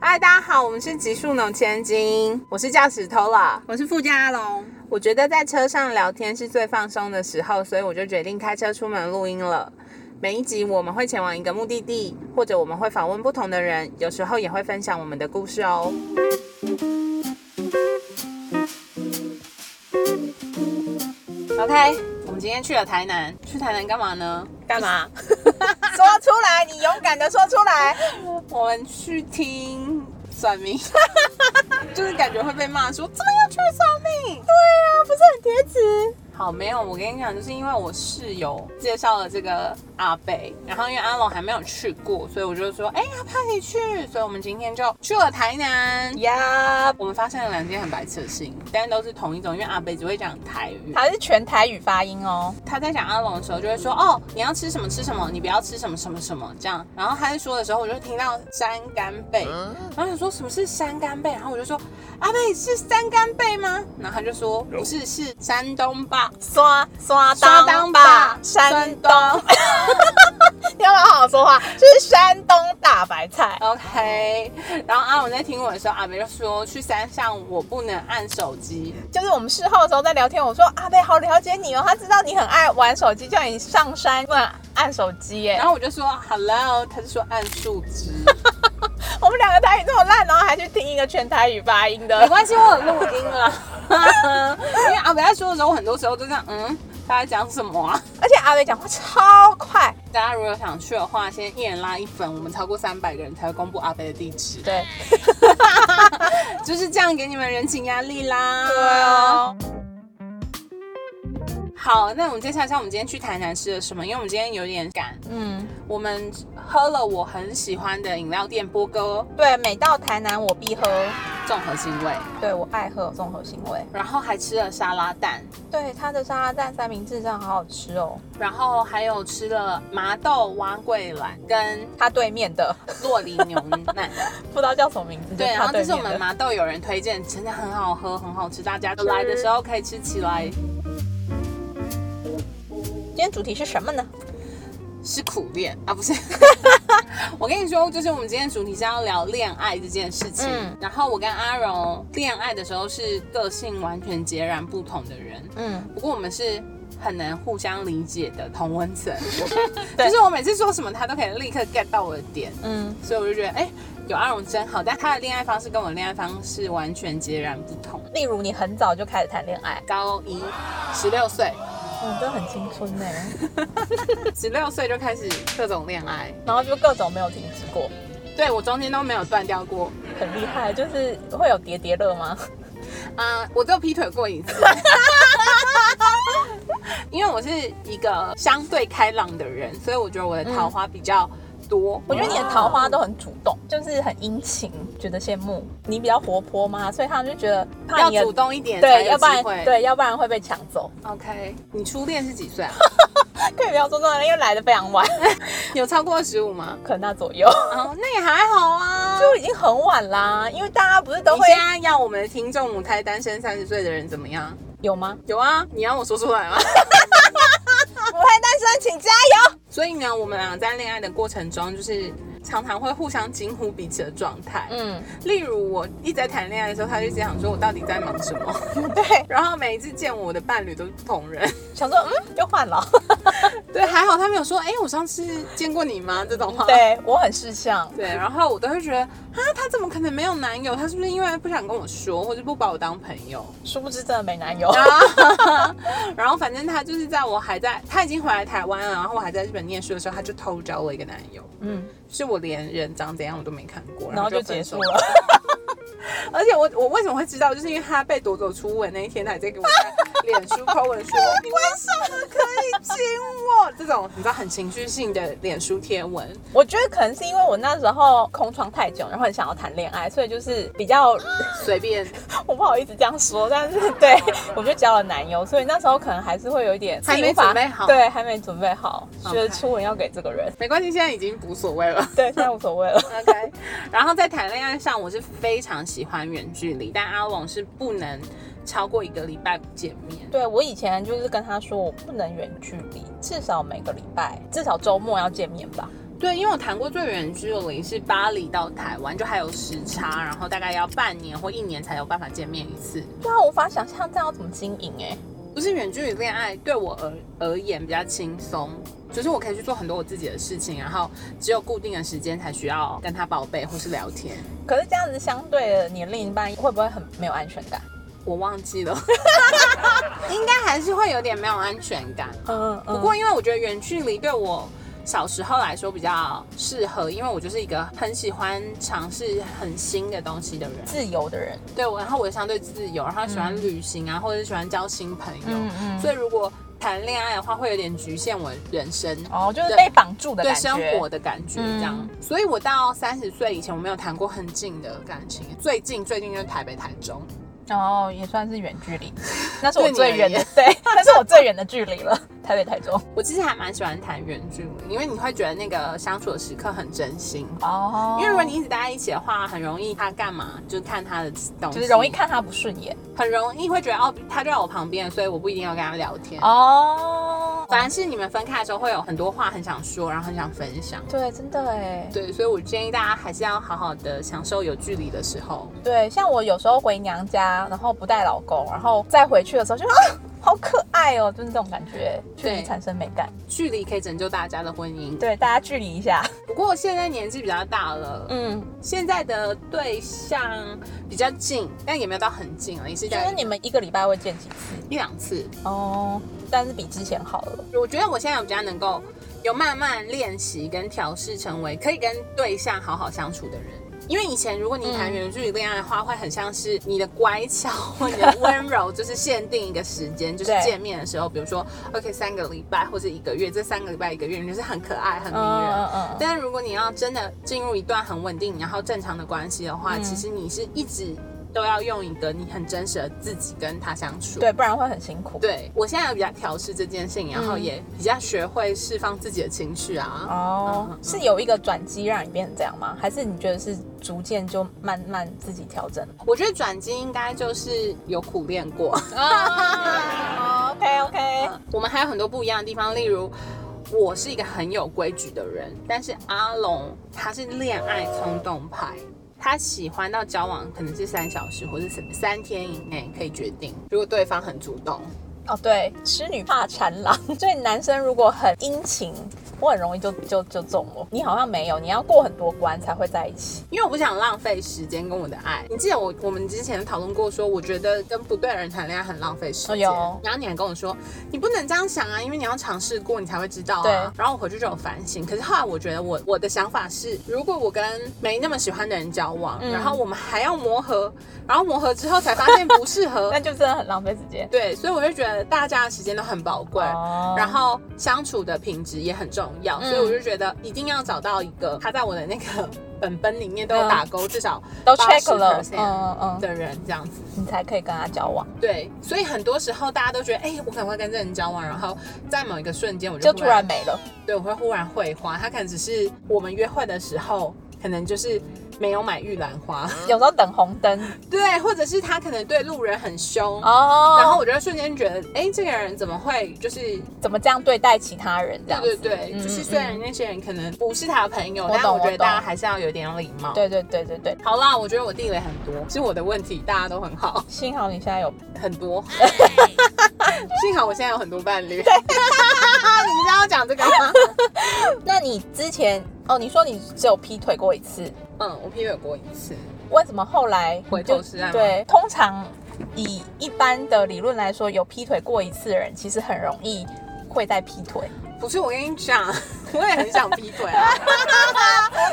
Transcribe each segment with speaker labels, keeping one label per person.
Speaker 1: 嗨，大家好，我们是极速农千金，我是叫石头了。
Speaker 2: 我是富家龙。
Speaker 1: 我觉得在车上聊天是最放松的时候，所以我就决定开车出门录音了。每一集我们会前往一个目的地，或者我们会访问不同的人，有时候也会分享我们的故事哦。OK，我们今天去了台南，去台南干嘛呢？
Speaker 2: 干 嘛？
Speaker 1: 说出来，你勇敢的说出来。 我们去听算命， 就是感觉会被骂说怎么又去算命？对啊，不是很贴纸。好，没有，我跟你讲，就是因为我室友介绍了这个阿北，然后因为阿龙还没有去过，所以我就说，哎、阿帕可以去，所以我们今天就去了台南。
Speaker 2: 呀、
Speaker 1: 我们发现了两件很白痴的事情，但都是同一种，因为阿北只会讲台语，
Speaker 2: 它是全台语发音哦。
Speaker 1: 他在讲阿龙的时候，就会说哦，你要吃什么吃什么，你不要吃什么什么什么这样。然后他在说的时候，我就听到山干贝，然后我想说什么是山干贝，然后我就说阿贝是山干贝吗？然后他就说不是，是山东吧，
Speaker 2: 刷刷
Speaker 1: 刷当吧，
Speaker 2: 山东，你要不要好好说话？就是山东大白菜。
Speaker 1: OK，然后阿龙在听我的时候，阿北就说去山上我不能按手机，
Speaker 2: 就是我们事后的时候在聊天，我说阿贝好了解你哦，他知道你很爱玩手机，叫你上山不能按手机耶
Speaker 1: 然。后我就说 Hello，他就说按树枝，
Speaker 2: 我们两个台语这么烂，然后还去听一个全台语发音
Speaker 1: 没
Speaker 2: 的，
Speaker 1: 关系，我有录音了，因为阿北在说的时候，我很多时候都这样，嗯，他在讲什么啊？
Speaker 2: 而且阿贝讲话超快。
Speaker 1: 大家如果想去的话，先一人拉一份，我们超过三百个人才会公布阿北的地址，
Speaker 2: 对，
Speaker 1: 就是这样给你们人情压力啦。
Speaker 2: 对哦。
Speaker 1: 好，那我们介绍一下我们今天去台南吃了什么，因为我们今天有点赶，
Speaker 2: 嗯，
Speaker 1: 我们喝了我很喜欢的饮料店波哥
Speaker 2: 对，每到台南我必喝，
Speaker 1: 综合腥味，
Speaker 2: 对我爱喝综合行为。
Speaker 1: 然后还吃了沙拉蛋，
Speaker 2: 对，它的沙拉蛋三明治真的好好吃哦。
Speaker 1: 然后还有吃了麻豆蛙桂兰跟
Speaker 2: 它对面的
Speaker 1: 洛梨牛奶。
Speaker 2: 不知道叫什么名字，
Speaker 1: 对，
Speaker 2: 就是
Speaker 1: 然
Speaker 2: 它
Speaker 1: 后这
Speaker 2: 对
Speaker 1: 是我
Speaker 2: 面
Speaker 1: 们
Speaker 2: 的。
Speaker 1: 麻豆有人推荐，真的很好喝，很好吃，大家来的时候可以吃起来。
Speaker 2: 今天主题是什么呢？
Speaker 1: 是苦恋啊，不是。 我跟你说，就是我们今天主题是要聊恋爱这件事情。
Speaker 2: 嗯
Speaker 1: 然后我跟阿荣恋爱的时候是个性完全截然不同的人，
Speaker 2: 嗯，
Speaker 1: 不过我们是很能互相理解的同温 层，
Speaker 2: 对
Speaker 1: 就是我每次说什么他都可以立刻 get 到我的点，
Speaker 2: 嗯，
Speaker 1: 所以我就觉得哎、有阿荣真好。但他的恋爱方式跟我的恋爱方式完全截然不同。
Speaker 2: 例如你很早就开始谈恋爱，
Speaker 1: 高一，十六岁，
Speaker 2: 嗯，真的很青春呢、
Speaker 1: 十六岁就开始各种恋爱，
Speaker 2: 然后就各种没有停止过，
Speaker 1: 对我中间都没有断掉过。
Speaker 2: 很厉害。就是会有叠叠乐吗？
Speaker 1: 嗯，我只有劈腿过一次， 因为我是一个相对开朗的人，所以我觉得我的桃花比较多。
Speaker 2: 嗯我觉得你的桃花都很主动，就是很殷勤，觉得羡慕。你比较活泼嘛，所以他们就觉得怕
Speaker 1: 要
Speaker 2: 你的
Speaker 1: 主动一点，
Speaker 2: 对，
Speaker 1: 才
Speaker 2: 要
Speaker 1: 有
Speaker 2: 不然
Speaker 1: 机会。
Speaker 2: 对，要不然会被抢走。
Speaker 1: ，OK，你初恋是几岁啊？
Speaker 2: 可以不要说这种人，因为来的非常晚，
Speaker 1: 有超过十五吗？
Speaker 2: 可能那左右。
Speaker 1: 哦，那也还好啊。
Speaker 2: 就已经很晚啦，因为大家不是都
Speaker 1: 你
Speaker 2: 会
Speaker 1: 现在要我们的听众母胎单身三十岁的人怎么样？
Speaker 2: 有 吗？
Speaker 1: 有啊，你要我说出来吗？
Speaker 2: 不会单身，请加油。
Speaker 1: 所以呢，我们俩在恋爱的过程中，就是常常会互相惊呼彼此的状态。
Speaker 2: 嗯，
Speaker 1: 例如，我一直在谈恋爱的时候，他就一直想说我到底在忙什么。
Speaker 2: 对，
Speaker 1: 然后每一次见我的伴侣都是不同人。
Speaker 2: 想说嗯，又换了。
Speaker 1: 对，还好他没有说，哎、我上次见过你吗？这种话。
Speaker 2: 对我很识相，
Speaker 1: 对，然后我都会觉得，啊，他怎么可能没有男友？他是不是因为不想跟我说，或者不把我当朋友？
Speaker 2: 殊不知真的没男
Speaker 1: 嗯
Speaker 2: 友。
Speaker 1: 啊 然后反正他就是在我还在，他已经回来台湾了，然后我还在日本念书的时候，他就偷交了一个男友。
Speaker 2: 嗯，
Speaker 1: 是我连人长怎样我都没看过，
Speaker 2: 然后就
Speaker 1: 分
Speaker 2: 结
Speaker 1: 手
Speaker 2: 束。了。
Speaker 1: 而且我我为什么会知道，就是因为他被夺走初吻那一天，他还在给我看脸书 po 文说，你为什么可以亲我？这种你知道很情绪性的脸书贴文，
Speaker 2: 我觉得可能是因为我那时候空窗太久，然后很想要谈恋爱，所以就是比较
Speaker 1: 随便
Speaker 2: 我不好意思这样说，但 是对我就交了男友，所以那时候可能还是会有一点
Speaker 1: 还没
Speaker 2: 自己无法
Speaker 1: 准备好
Speaker 2: 对，还没准备好，觉
Speaker 1: OK
Speaker 2: 得初吻要给这个人。
Speaker 1: 没关系，现在已经无所谓了。
Speaker 2: 对，现在无所谓了。
Speaker 1: OK，然后在谈恋爱上，我是非常喜欢远距离，但阿龙是不能超过一个礼拜不见面。
Speaker 2: 对我以前就是跟他说，我不能远距离，至少每个礼拜，至少周末要见面吧。
Speaker 1: 对，因为我谈过最远距离是巴黎到台湾，就还有时差，然后大概要半年或一年才有办法见面一次。
Speaker 2: 对啊，无法想象这样要怎么经营哎、
Speaker 1: 不是远距离恋爱对我而而言比较轻松，就是我可以去做很多我自己的事情，然后只有固定的时间才需要跟他报备或是聊天。
Speaker 2: 可是这样子相对的，你的另一半会不会很没有安全感？
Speaker 1: 我忘记了，应该还是会有点没有安全感。
Speaker 2: 嗯嗯
Speaker 1: 不过因为我觉得远距离对我小时候来说比较适合，因为我就是一个很喜欢尝试很新的东西的人。
Speaker 2: 自由的人，
Speaker 1: 对我，然后我相对自由，然后喜欢旅行啊，或者是喜欢交新朋友。
Speaker 2: 嗯嗯
Speaker 1: 所以如果谈恋爱的话，会有点局限我人生。
Speaker 2: 哦，就是
Speaker 1: 对
Speaker 2: 被绑住的
Speaker 1: 对
Speaker 2: 感觉。嗯
Speaker 1: 生活的感觉这样，所以我到三十岁以前，我没有谈过很近的感情。最近最近就是台北、台中，
Speaker 2: 哦，也算是远距离，那是我
Speaker 1: 对你
Speaker 2: 最
Speaker 1: 而
Speaker 2: 远的
Speaker 1: 言，
Speaker 2: 对，那是我最远的距离了，台北、台中。
Speaker 1: 我其实还蛮喜欢谈远距离，因为你会觉得那个相处的时刻很真心。
Speaker 2: 哦
Speaker 1: 因为如果你一直待在一起的话，很容易他干嘛就看他的东西，
Speaker 2: 就是容易，看他不顺眼
Speaker 1: 很容易会觉得哦，他就在我旁边，所以我不一定要跟他聊天。
Speaker 2: 哦
Speaker 1: 反而是你们分开的时候，会有很多话很想说，然后很想分享。
Speaker 2: 对，真的哎，
Speaker 1: 对，所以我建议大家还是要好好的享受有距离的时候。
Speaker 2: 对，像我有时候回娘家，然后不带老公，然后再回去的时候就啊，好可爱哦，就是这种感觉，距离
Speaker 1: 对
Speaker 2: 产生美感。
Speaker 1: 距离可以拯救大家的婚姻。
Speaker 2: 对，大家距离一下。
Speaker 1: 不过现在年纪比较大了，
Speaker 2: 嗯，
Speaker 1: 现在的对象比较近，但也没有到很近了，也是
Speaker 2: 就
Speaker 1: 在
Speaker 2: 是你们一个礼拜会见几次
Speaker 1: 一两次。
Speaker 2: 哦，但是比之前好了。
Speaker 1: 我觉得我现在比较能够有慢慢练习跟调试，成为可以跟对象好好相处的人。因为以前如果你谈远距离恋爱的话，会很像是你的乖巧或你的温柔，就是限定一个时 间，就是
Speaker 2: 对
Speaker 1: 见面的时候，比如说 OK 三个礼拜或者一个月，这三个礼拜一个月，你啊就是很可爱很迷人。
Speaker 2: 嗯
Speaker 1: 但是如果你要真的进入一段很稳定然后正常的关系的话，
Speaker 2: 嗯
Speaker 1: 其实你是一直都要用一个你很真实的自己跟他相处。
Speaker 2: 对，不然会很辛苦。
Speaker 1: 对我现在有比较调试这件事情，然后
Speaker 2: 嗯
Speaker 1: 也比较学会释放自己的情绪啊。
Speaker 2: 哦，
Speaker 1: 嗯嗯嗯
Speaker 2: 是有一个转机让你变成这样吗？还是你觉得是逐渐就慢慢自己调整？
Speaker 1: 我觉得转机应该就是有苦练过。
Speaker 2: 啊，OK
Speaker 1: 哦
Speaker 2: OK，
Speaker 1: 我们还有很多不一样的地方，例如我是一个很有规矩的人，但是阿龙他是恋爱冲动派。他喜欢到交往可能是三小时或是三三天以内可以决定，如果对方很主动，
Speaker 2: 哦对，痴女怕缠郎， 所以男生如果很殷勤，我很容易就就就中了。你好像没有，你要过很多关才会在一起。
Speaker 1: 因为我不想浪费时间跟我的爱。你记得我我们之前讨论过说，我觉得跟不对的人谈恋爱很浪费时间。
Speaker 2: 哦有
Speaker 1: 然后你还跟我说，你不能这样想啊，因为你要尝试过，你才会知道啊。
Speaker 2: 对
Speaker 1: 然后我回去就有反省，可是后来我觉得我我的想法是，如果我跟没那么喜欢的人交往，
Speaker 2: 嗯
Speaker 1: 然后我们还要磨合，然后磨合之后才发现不适合
Speaker 2: 那。就真的很浪费时间。
Speaker 1: 对，所以我就觉得大家的时间都很宝贵。
Speaker 2: 哦
Speaker 1: 然后相处的品质也很重要，
Speaker 2: 嗯
Speaker 1: 所以我就觉得一定要找到一个他在我的那个 本本里
Speaker 2: 嗯
Speaker 1: 面都有打勾，至少
Speaker 2: 都 check 了，
Speaker 1: 80%
Speaker 2: 嗯嗯嗯，
Speaker 1: 的人这样子。
Speaker 2: 你才可以跟他交往，
Speaker 1: 对，所以很多时候大家都觉得，哎、我可能会跟这人交往，然后在某一个瞬间我就
Speaker 2: 就
Speaker 1: 忽
Speaker 2: 突然，没了。
Speaker 1: 对，我会忽然会花，他可能只是我们约会的时候，可能就是没有买玉兰花，
Speaker 2: 有时候等红灯
Speaker 1: 对，或者是他可能对路人很凶。
Speaker 2: 哦，
Speaker 1: 然后我就会瞬间觉得，哎、这个人怎么会就是
Speaker 2: 怎么这样对待其他人这样
Speaker 1: 对
Speaker 2: 子？
Speaker 1: 对对，
Speaker 2: 嗯
Speaker 1: 就是
Speaker 2: 嗯
Speaker 1: 虽然那些人可能不是他的朋友，
Speaker 2: 我懂
Speaker 1: 但我觉
Speaker 2: 我
Speaker 1: 得
Speaker 2: 懂
Speaker 1: 大家还是要有点礼貌。，
Speaker 2: 对对对对对，
Speaker 1: 好啦，我觉得我地雷很多，是我的问题，大家都很好，
Speaker 2: 幸好你现在有
Speaker 1: 很多。 幸好我现在有很多伴侣。对， 你们知道要讲这个吗？
Speaker 2: 那你之前哦，你说你只有劈腿过一次，
Speaker 1: 嗯，我劈腿过一次，
Speaker 2: 为什么后来
Speaker 1: 回
Speaker 2: 就
Speaker 1: 头是岸吗
Speaker 2: 对，通常以一般的理论来说，有劈腿过一次的人，其实很容易会再劈腿。
Speaker 1: 不是我跟你讲，我也很想劈腿 啊。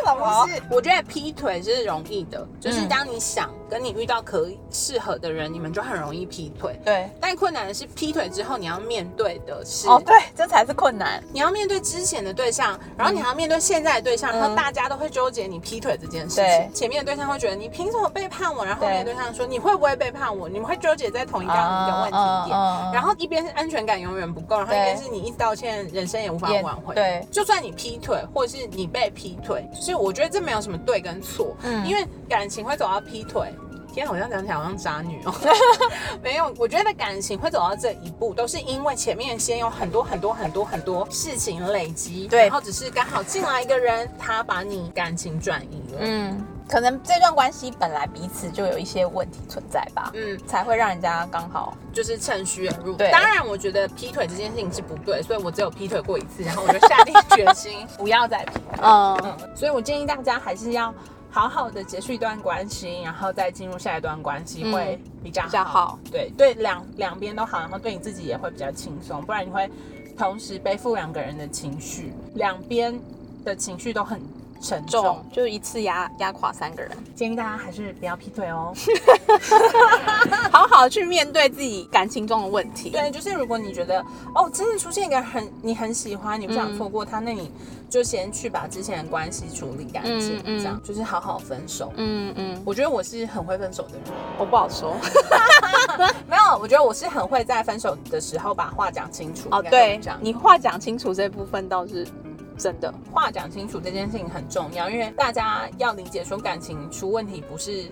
Speaker 1: 不是，我觉得劈腿是容易的，就是
Speaker 2: 嗯
Speaker 1: 当你想跟你遇到可以适合的人，你们就很容易劈腿。
Speaker 2: 对，
Speaker 1: 但困难的是劈腿之后你要面对的是
Speaker 2: 哦，对，这才是困难。
Speaker 1: 你要面对之前的对象，然后你还要面对现在的对象，然后大家都会纠结你劈腿这件事
Speaker 2: 嗯对
Speaker 1: 情。前面的对象会觉得你凭什么背叛我，然后后面的
Speaker 2: 对
Speaker 1: 对象说你会不会背叛我，你们会纠结在同一个一个问题点。
Speaker 2: 嗯
Speaker 1: 然后一边是安全感永远不够，然后一边是你一直道歉，人生也无法
Speaker 2: 也
Speaker 1: 挽回。
Speaker 2: 对
Speaker 1: 就算你劈腿，或者是你被劈腿，就是我觉得这没有什么对跟错，
Speaker 2: 嗯
Speaker 1: 因为感情会走到劈腿。天啊，好像讲起来好像渣女 哦。没有，我觉得感情会走到这一步，都是因为前面先有很多很多很多很多事情累积，
Speaker 2: 对
Speaker 1: 然后只是刚好进来一个人，他把你感情转移了。
Speaker 2: 嗯，可能这段关系本来彼此就有一些问题存在吧，
Speaker 1: 嗯，
Speaker 2: 才会让人家刚好
Speaker 1: 就是趁虚而入。
Speaker 2: 对
Speaker 1: 当然我觉得劈腿这件事情是不对，所以我只有劈腿过一次，然后我就下定决心 不要再劈。
Speaker 2: 嗯，
Speaker 1: 所以我建议大家还是要好好的结束一段关系，然后再进入下一段关系
Speaker 2: 嗯
Speaker 1: 会比较好。
Speaker 2: 比较好
Speaker 1: 对对，两两边都好，然后对你自己也会比较轻松，不然你会同时背负两个人的情绪，两边的情绪都很沉重。
Speaker 2: 重就一次压压垮三个人，
Speaker 1: 建议大家还是不要劈腿哦。
Speaker 2: 好好去面对自己感情中的问题。
Speaker 1: 对，就是如果你觉得哦，真的出现一个很你很喜欢，你不想
Speaker 2: 嗯
Speaker 1: 错过他，那你就先去把之前的关系处理干净，
Speaker 2: 嗯嗯
Speaker 1: 这样就是好好分手。
Speaker 2: 嗯嗯，
Speaker 1: 我觉得我是很会分手的人，
Speaker 2: 我不好说。
Speaker 1: 没有，我觉得我是很会在分手的时候把话讲清楚。
Speaker 2: 哦，
Speaker 1: 应该
Speaker 2: 对
Speaker 1: 这么，讲
Speaker 2: 你话讲清楚这部分倒是真的。
Speaker 1: 话讲清楚这件事情很重要，因为大家要理解说感情出问题不是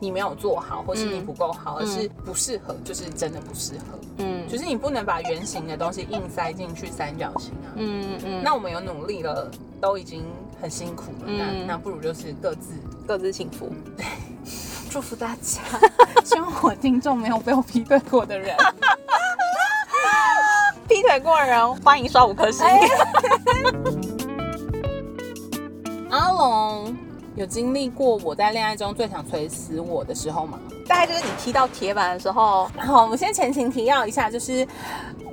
Speaker 1: 你没有做好，或是你
Speaker 2: 嗯
Speaker 1: 不够好，而
Speaker 2: 嗯
Speaker 1: 是不适合，就是真的不适合，
Speaker 2: 嗯
Speaker 1: 就是你不能把圆形的东西硬塞进去三角形啊。
Speaker 2: 嗯嗯，
Speaker 1: 那我们有努力了，都已经很辛苦了，那
Speaker 2: 嗯
Speaker 1: 那不如就是各自
Speaker 2: 各自幸福。
Speaker 1: 祝福大家。 希望我听众没有被我劈腿过的人。
Speaker 2: 劈腿过的人欢迎刷五颗星。
Speaker 1: 阿龙有经历过我在恋爱中最想锤死我的时候吗？
Speaker 2: 大概就是你踢到铁板的时候，
Speaker 1: 好，我们先前情提要一下，就是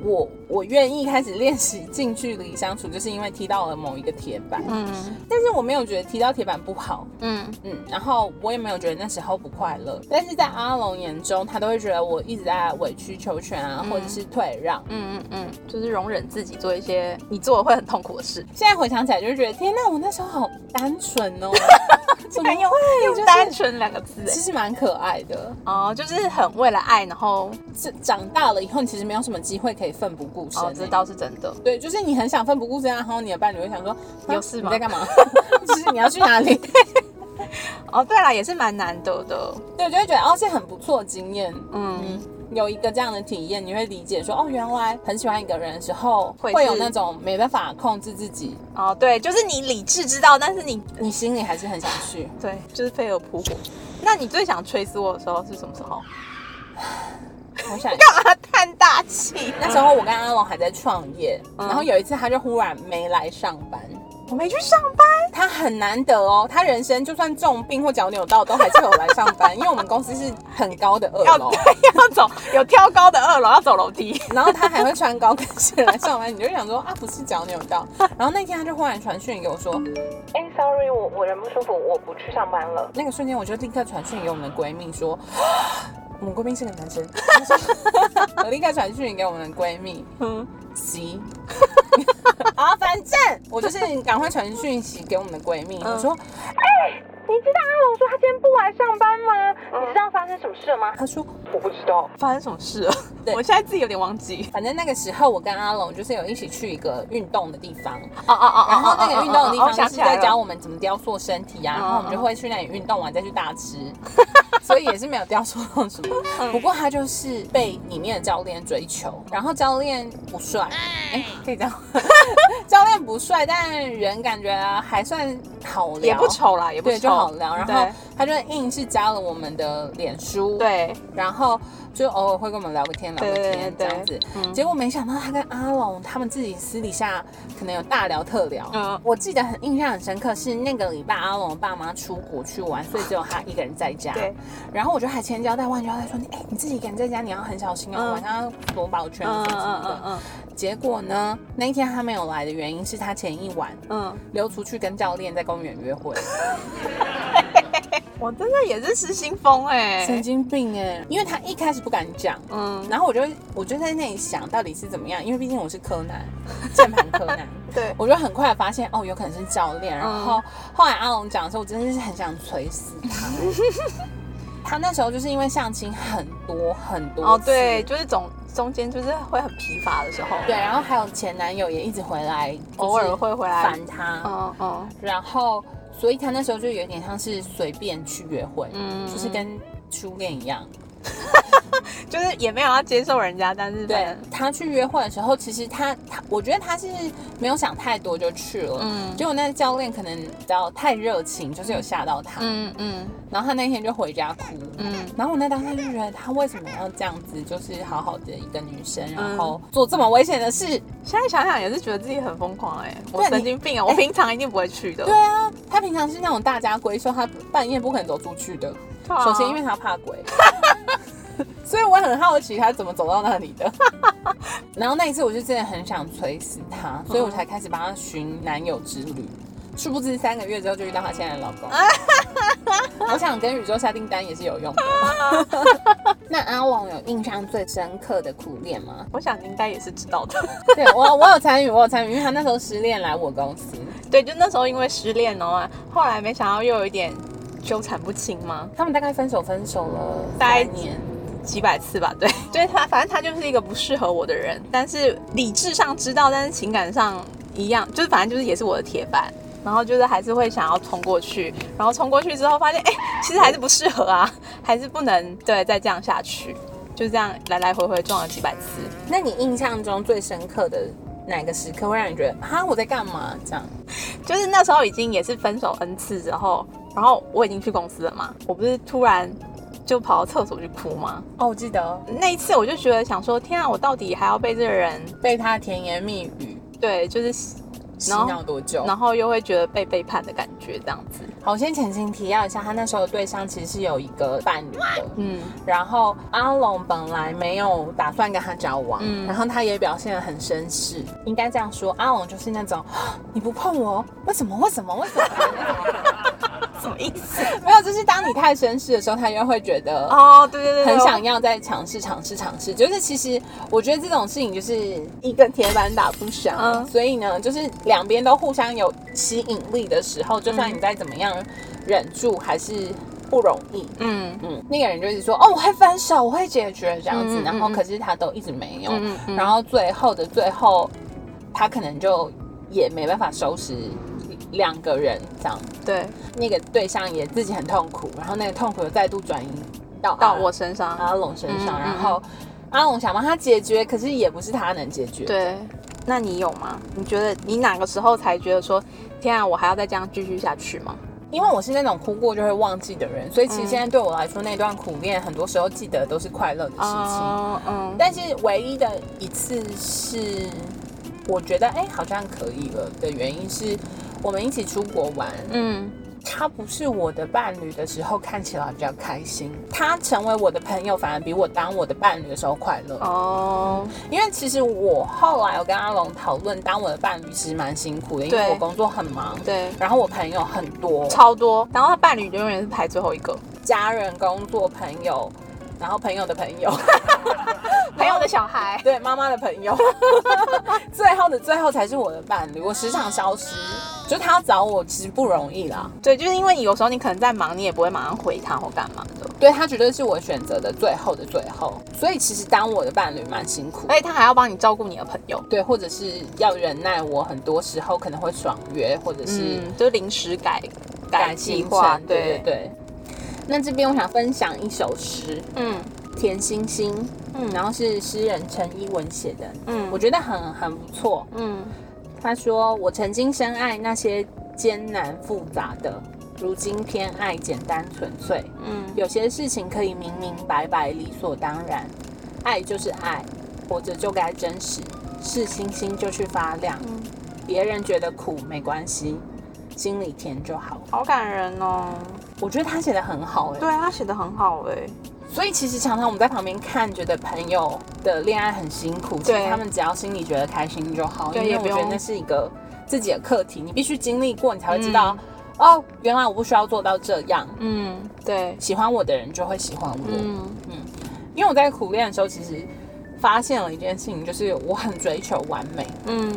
Speaker 1: 我我愿意开始练习近距离相处，就是因为踢到了某一个铁板，
Speaker 2: 嗯
Speaker 1: 但是我没有觉得踢到铁板不好，
Speaker 2: 嗯
Speaker 1: 嗯，然后我也没有觉得那时候不快乐，但是在阿龙眼中，他都会觉得我一直在委曲求全啊，或者是退让。
Speaker 2: 嗯嗯嗯，就是容忍自己做一些你做的会很痛苦的事。
Speaker 1: 现在回想起来，就会觉得天呐，我那时候好单纯 哦，怎么
Speaker 2: 然用
Speaker 1: 会？就
Speaker 2: 用
Speaker 1: 是
Speaker 2: 单纯两个字哎
Speaker 1: 其实蛮可爱的。
Speaker 2: 哦，就是很为了爱，然后
Speaker 1: 这长大了以后，你其实没有什么机会可以奋不顾身、欸
Speaker 2: 哦，这倒是真的。
Speaker 1: 对，就是你很想奋不顾身，然后你的伴侣会想说，啊
Speaker 2: 有事吗
Speaker 1: 你在干 嘛？就是你要去哪里？
Speaker 2: 哦，对了，也是蛮难得的。
Speaker 1: 对，就会觉得哦，是很不错的经验。
Speaker 2: 嗯
Speaker 1: 嗯，有一个这样的体验，你会理解说，哦，原来很喜欢一个人的时候，
Speaker 2: 会
Speaker 1: 会
Speaker 2: 是
Speaker 1: 有那种没办法控制自己，
Speaker 2: 哦，对，就是你理智知道，但是你
Speaker 1: 你心里还是很想去。
Speaker 2: 对，就是飞蛾扑火。那你最想吹死我的时候是什么时候？
Speaker 1: 我想，
Speaker 2: 干嘛 叹大气？
Speaker 1: 那时候我跟阿龙还在创业，
Speaker 2: 嗯
Speaker 1: 然后有一次他就忽然没来上班。
Speaker 2: 我没去上班。
Speaker 1: 他很难得哦，他人生就算重病或脚扭到，都还是有来上班，因为我们公司是很高的二
Speaker 2: 要
Speaker 1: 楼，
Speaker 2: 要走有挑高的二楼，要走楼梯。
Speaker 1: 然后他还会穿高跟鞋来上班，你就想说啊，不是脚扭到。然后那天他就忽然传讯给我说，哎、s o r r y 我我人不舒服，我不去上班了。那个瞬间我就立刻传讯给我们的闺蜜说，我们闺蜜是个男生， 她说我立刻传讯给我们的闺蜜
Speaker 2: 嗯，
Speaker 1: 急。啊，反正我就是赶快传讯息给我们的闺蜜，
Speaker 2: 嗯
Speaker 1: 我说，哎、你知道阿龙说他今天不来上班吗？你知道发生什么事了吗？她嗯说我不知道。
Speaker 2: 发生什么事了？
Speaker 1: 对
Speaker 2: 我现在自己有点忘记。
Speaker 1: 反正那个时候我跟阿龙就是有一起去一个运动的地方，
Speaker 2: 哦哦哦
Speaker 1: 然后那个运动的地
Speaker 2: 我
Speaker 1: 方
Speaker 2: 想
Speaker 1: 就是
Speaker 2: 起来
Speaker 1: 在教
Speaker 2: 了。
Speaker 1: 我们怎么雕塑身体啊，
Speaker 2: 嗯
Speaker 1: 然后我们就会去那里运动完再去大吃，
Speaker 2: 哦
Speaker 1: 所以也是没有雕塑到什
Speaker 2: 嗯
Speaker 1: 么。不过他就是被里面的教练追求，然后教练不帅，哎，可以这样， 教练不帅，但人感觉还算好聊，
Speaker 2: 也不。丑啦，也不
Speaker 1: 对，
Speaker 2: 丑，
Speaker 1: 就好聊。然后
Speaker 2: 对
Speaker 1: 他就硬是加了我们的脸书，，
Speaker 2: 对，
Speaker 1: 然后就偶尔会跟我们聊个天，聊个天这
Speaker 2: 对对对
Speaker 1: 样子。
Speaker 2: 嗯
Speaker 1: 结果没想到他跟阿龙他们自己私底下可能有大聊特聊。
Speaker 2: 嗯
Speaker 1: 我记得很印象很深刻，是那个礼拜阿龙爸妈出国去玩，所以只有他一个人在家。
Speaker 2: 对。
Speaker 1: 然后我就还千交代万交代说，你哎、你自己一个人在家，你要很小心哦，
Speaker 2: 嗯
Speaker 1: 晚上要夺宝圈
Speaker 2: 嗯
Speaker 1: 什么什
Speaker 2: 嗯
Speaker 1: 么
Speaker 2: 嗯
Speaker 1: 的。
Speaker 2: 嗯
Speaker 1: 结果呢，那一天他没有来的原因是他前一晚
Speaker 2: 嗯，
Speaker 1: 溜出去跟教练在公园约会。
Speaker 2: 我真的也是失心疯 哎、
Speaker 1: 神经病哎、因为他一开始不敢讲，
Speaker 2: 嗯，
Speaker 1: 然后我就我就在那里想到底是怎么样，因为毕竟我是柯南， 键盘柯南。
Speaker 2: 对，
Speaker 1: 我就很快地发现哦，有可能是教
Speaker 2: 嗯
Speaker 1: 练。然后后来阿龙讲的时候，我真的是很想锤死他。 他那时候就是因为相亲很多很多
Speaker 2: 哦
Speaker 1: 次
Speaker 2: 对，就是总中间就是会很疲乏的时候，
Speaker 1: 对，然后还有前男友也一直回来，
Speaker 2: 偶尔会回来，
Speaker 1: 烦他，
Speaker 2: 嗯嗯
Speaker 1: 然后所以他那时候就有点像是随便去约会，
Speaker 2: 嗯
Speaker 1: 就是跟初恋一样。
Speaker 2: 就是也没有要接受人家，但是
Speaker 1: 对，他去约会的时候，其实他他，我觉得他是没有想太多就去了。
Speaker 2: 嗯
Speaker 1: 嗯，结果那教练可能比较太热情，就是有吓到他。
Speaker 2: 嗯嗯
Speaker 1: 然后他那天就回家哭。
Speaker 2: 嗯，
Speaker 1: 然后我那当下就觉得他为什么要这样子，就是好好的一个女生，
Speaker 2: 嗯
Speaker 1: 然后做这么危险的事？
Speaker 2: 现在想想也是觉得自己很疯狂哎、我
Speaker 1: 对
Speaker 2: 神
Speaker 1: 你
Speaker 2: 经病啊！我
Speaker 1: 哎
Speaker 2: 平常一定不会去的。
Speaker 1: 对啊，他平常是那种大家闺秀，他半夜不可能走出去的。
Speaker 2: 对啊
Speaker 1: 首先因为他怕鬼， 所以我很好奇他怎么走到那里 的。然后那一次我就真的很想锤死他，所以我才开始帮他寻男友之旅。殊不知三个月之后就遇到他现在的老公。 我想跟宇宙下订单也是有用的。 那阿王有印象最深刻的苦恋吗？
Speaker 2: 我想你应该也是知道的。
Speaker 1: 对我，我有参与，我有参与，因为他那时候失恋来我公司，
Speaker 2: 对，就那时候因为失恋然后啊，后来没想到又有一点纠缠不清嘛，
Speaker 1: 他们大概分手分手了
Speaker 2: 大概
Speaker 1: 三年。
Speaker 2: 几百次吧。对， 就是他，反正他就是一个不适合我的人，但是理智上知道，但是情感上一样，就是反正就是也是我的铁板。然后就是还是会想要冲过去，然后冲过去之后发现，哎、其实还是不适合啊，还是不能对再这样下去，就这样来来回回撞了几百次。
Speaker 1: 那你印象中最深刻的哪个时刻会让你觉得哈我在干嘛这样？
Speaker 2: 就是那时候已经也是分手 N 次之后，然后我已经去公司了嘛，我不是突然就跑到厕所去哭吗？
Speaker 1: 哦，我记得
Speaker 2: 那一次我就觉得想说，天啊，我到底还要被这个人
Speaker 1: 被他甜言蜜语
Speaker 2: 对，就是
Speaker 1: 洗脑多久？
Speaker 2: 然后又会觉得被背叛的感觉这样子。
Speaker 1: 好，我先前情提要一下，他那时候的对象其实是有一个伴侣的，
Speaker 2: 嗯
Speaker 1: 然后阿龙本来没有打算跟他交往，
Speaker 2: 嗯
Speaker 1: 然后他也表现得很绅士，应该这样说，阿龙就是那种 你不碰我，为什么？为什么？ 为什么？
Speaker 2: 什么意思？
Speaker 1: 没有，就是当你太绅士的时候，他又会觉得
Speaker 2: 哦，对对对对，
Speaker 1: 很想
Speaker 2: 我
Speaker 1: 要再尝试尝试尝试，就是其实我觉得这种事情就是一个铁板打不响，
Speaker 2: 嗯
Speaker 1: 所以呢，就是两边都互相有吸引力的时候，就算你再怎么样忍住，还是不容易。
Speaker 2: 嗯
Speaker 1: 嗯，那个人就一直说哦，我会分手，我会解决这样子，
Speaker 2: 嗯嗯
Speaker 1: 然后
Speaker 2: 嗯
Speaker 1: 可是他都一直没有，
Speaker 2: 嗯嗯嗯
Speaker 1: 然后最后的最后，他可能就也没办法收拾两个人这样，
Speaker 2: 对，
Speaker 1: 那个对象也自己很痛苦，然后那个痛苦又再度转移到
Speaker 2: 到
Speaker 1: 阿
Speaker 2: 我身上。
Speaker 1: 阿龙身上，
Speaker 2: 嗯
Speaker 1: 然后阿龙想帮他解决，可是也不是他能解决。，
Speaker 2: 对，那你有吗？你觉得你哪个时候才觉得说，天啊，我还要再这样继续下去吗？
Speaker 1: 因为我是那种哭过就会忘记的人，所以其
Speaker 2: 嗯
Speaker 1: 实现在对我来说，那段苦恋很多时候记得都是快乐的事情。
Speaker 2: 哦，嗯，
Speaker 1: 但是唯一的一次是，我觉得哎、好像可以了的原因是。我们一起出国玩，
Speaker 2: 嗯。
Speaker 1: 他不是我的伴侣的时候，看起来比较开心；他成为我的朋友，反而比我当我的伴侣的时候快乐。
Speaker 2: 哦，
Speaker 1: 因为其实我后来有跟阿龙讨论，当我的伴侣其实蛮辛苦的，因
Speaker 2: 对
Speaker 1: 为我工作很忙，
Speaker 2: 对，
Speaker 1: 然后我朋友很多，
Speaker 2: 超多。然后他伴侣就永远是排最后一个，
Speaker 1: 家人、工作、朋友，然后朋友的 朋友，
Speaker 2: 朋友的小孩。
Speaker 1: 对妈妈的朋友， 最后的最后才是我的伴侣。我时常消失，就他要找我其实不容易啦。
Speaker 2: 对，就是因为你有时候你可能在忙，你也不会马上回他或干嘛的，
Speaker 1: 对他绝对是我选择的最后的最后，所以其实当我的伴侣蛮辛苦的
Speaker 2: 而且他还要帮你照顾你的朋友。
Speaker 1: 对，或者是要忍耐我很多时候可能会爽约，或者是、
Speaker 2: 嗯，就是临时改
Speaker 1: 改
Speaker 2: 计
Speaker 1: 计
Speaker 2: 划
Speaker 1: 划，，
Speaker 2: 对
Speaker 1: 对对，对。那这边我想分享一首诗，
Speaker 2: 嗯
Speaker 1: 田星星，
Speaker 2: 嗯
Speaker 1: 然后是诗人陈一文写的，我
Speaker 2: 嗯
Speaker 1: 觉得很很不错。
Speaker 2: 嗯
Speaker 1: 他说：“我曾经深爱那些艰难复杂的，如今偏爱简单纯粹。
Speaker 2: 嗯，
Speaker 1: 有些事情可以明明白白、理所当然。爱就是爱，活着就该真实，是星星就去发亮。
Speaker 2: 嗯
Speaker 1: 别人觉得苦没关系，心里甜就好。”
Speaker 2: 好感人哦。
Speaker 1: 我觉得他写的很好哎、
Speaker 2: 对啊，他写的很好哎、
Speaker 1: 所以其实常常我们在旁边看，觉得朋友的恋爱很辛苦，其实
Speaker 2: 对
Speaker 1: 他们只要心里觉得开心就好，因
Speaker 2: 对
Speaker 1: 为
Speaker 2: 也
Speaker 1: 我
Speaker 2: 不
Speaker 1: 觉得
Speaker 2: 用
Speaker 1: 那是一个自己的课题，你必须经历过，你才会知道、哦，原来我不需要做到这样，
Speaker 2: 嗯，对，
Speaker 1: 喜欢我的人就会喜欢我。
Speaker 2: 嗯
Speaker 1: 因为我在苦恋的时候，其实发现了一件事情，就是我很追求完美，
Speaker 2: 嗯，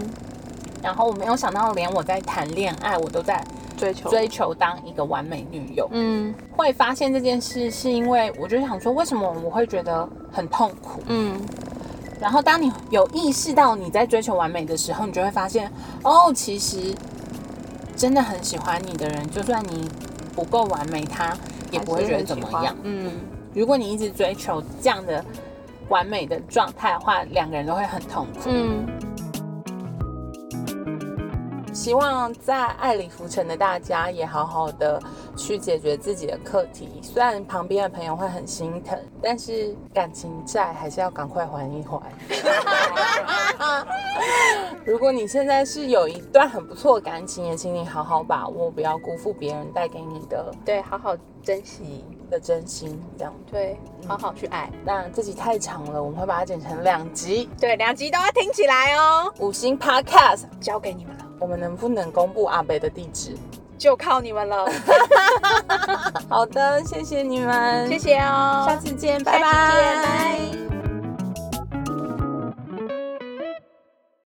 Speaker 1: 然后我没有想到，连我在谈恋爱，我都在
Speaker 2: 追求，
Speaker 1: 追求当一个完美女友。
Speaker 2: 嗯
Speaker 1: 会发现这件事，是因为我就想说，为什么我会觉得很痛苦？
Speaker 2: 嗯
Speaker 1: 然后当你有意识到你在追求完美的时候，你就会发现，哦，其实真的很喜欢你的人，就算你不够完美，他也不会觉得怎么样。
Speaker 2: 嗯，
Speaker 1: 如果你一直追求这样的完美的状态的话，两个人都会很痛苦。
Speaker 2: 嗯，
Speaker 1: 希望在爱里浮沉的大家也好好的去解决自己的课题。虽然旁边的朋友会很心疼，但是感情债还是要赶快还一还。 如果你现在是有一段很不错的感情，也请你好好把握，不要辜负别人带给你的
Speaker 2: 对，好好珍惜，
Speaker 1: 的真心。这样，
Speaker 2: 对，好好去爱，
Speaker 1: 那这集太长了，我们会把它剪成两集。
Speaker 2: 对，两集都要听起来哦，
Speaker 1: 五星 Podcast，
Speaker 2: 交给你们了，
Speaker 1: 我们能不能公布阿北的地址？
Speaker 2: 就靠你们 了，
Speaker 1: 好的，谢谢你们，
Speaker 2: 谢谢哦，
Speaker 1: 下次见，
Speaker 2: 拜
Speaker 1: 拜
Speaker 2: 拜，
Speaker 1: 拜。
Speaker 2: 拜。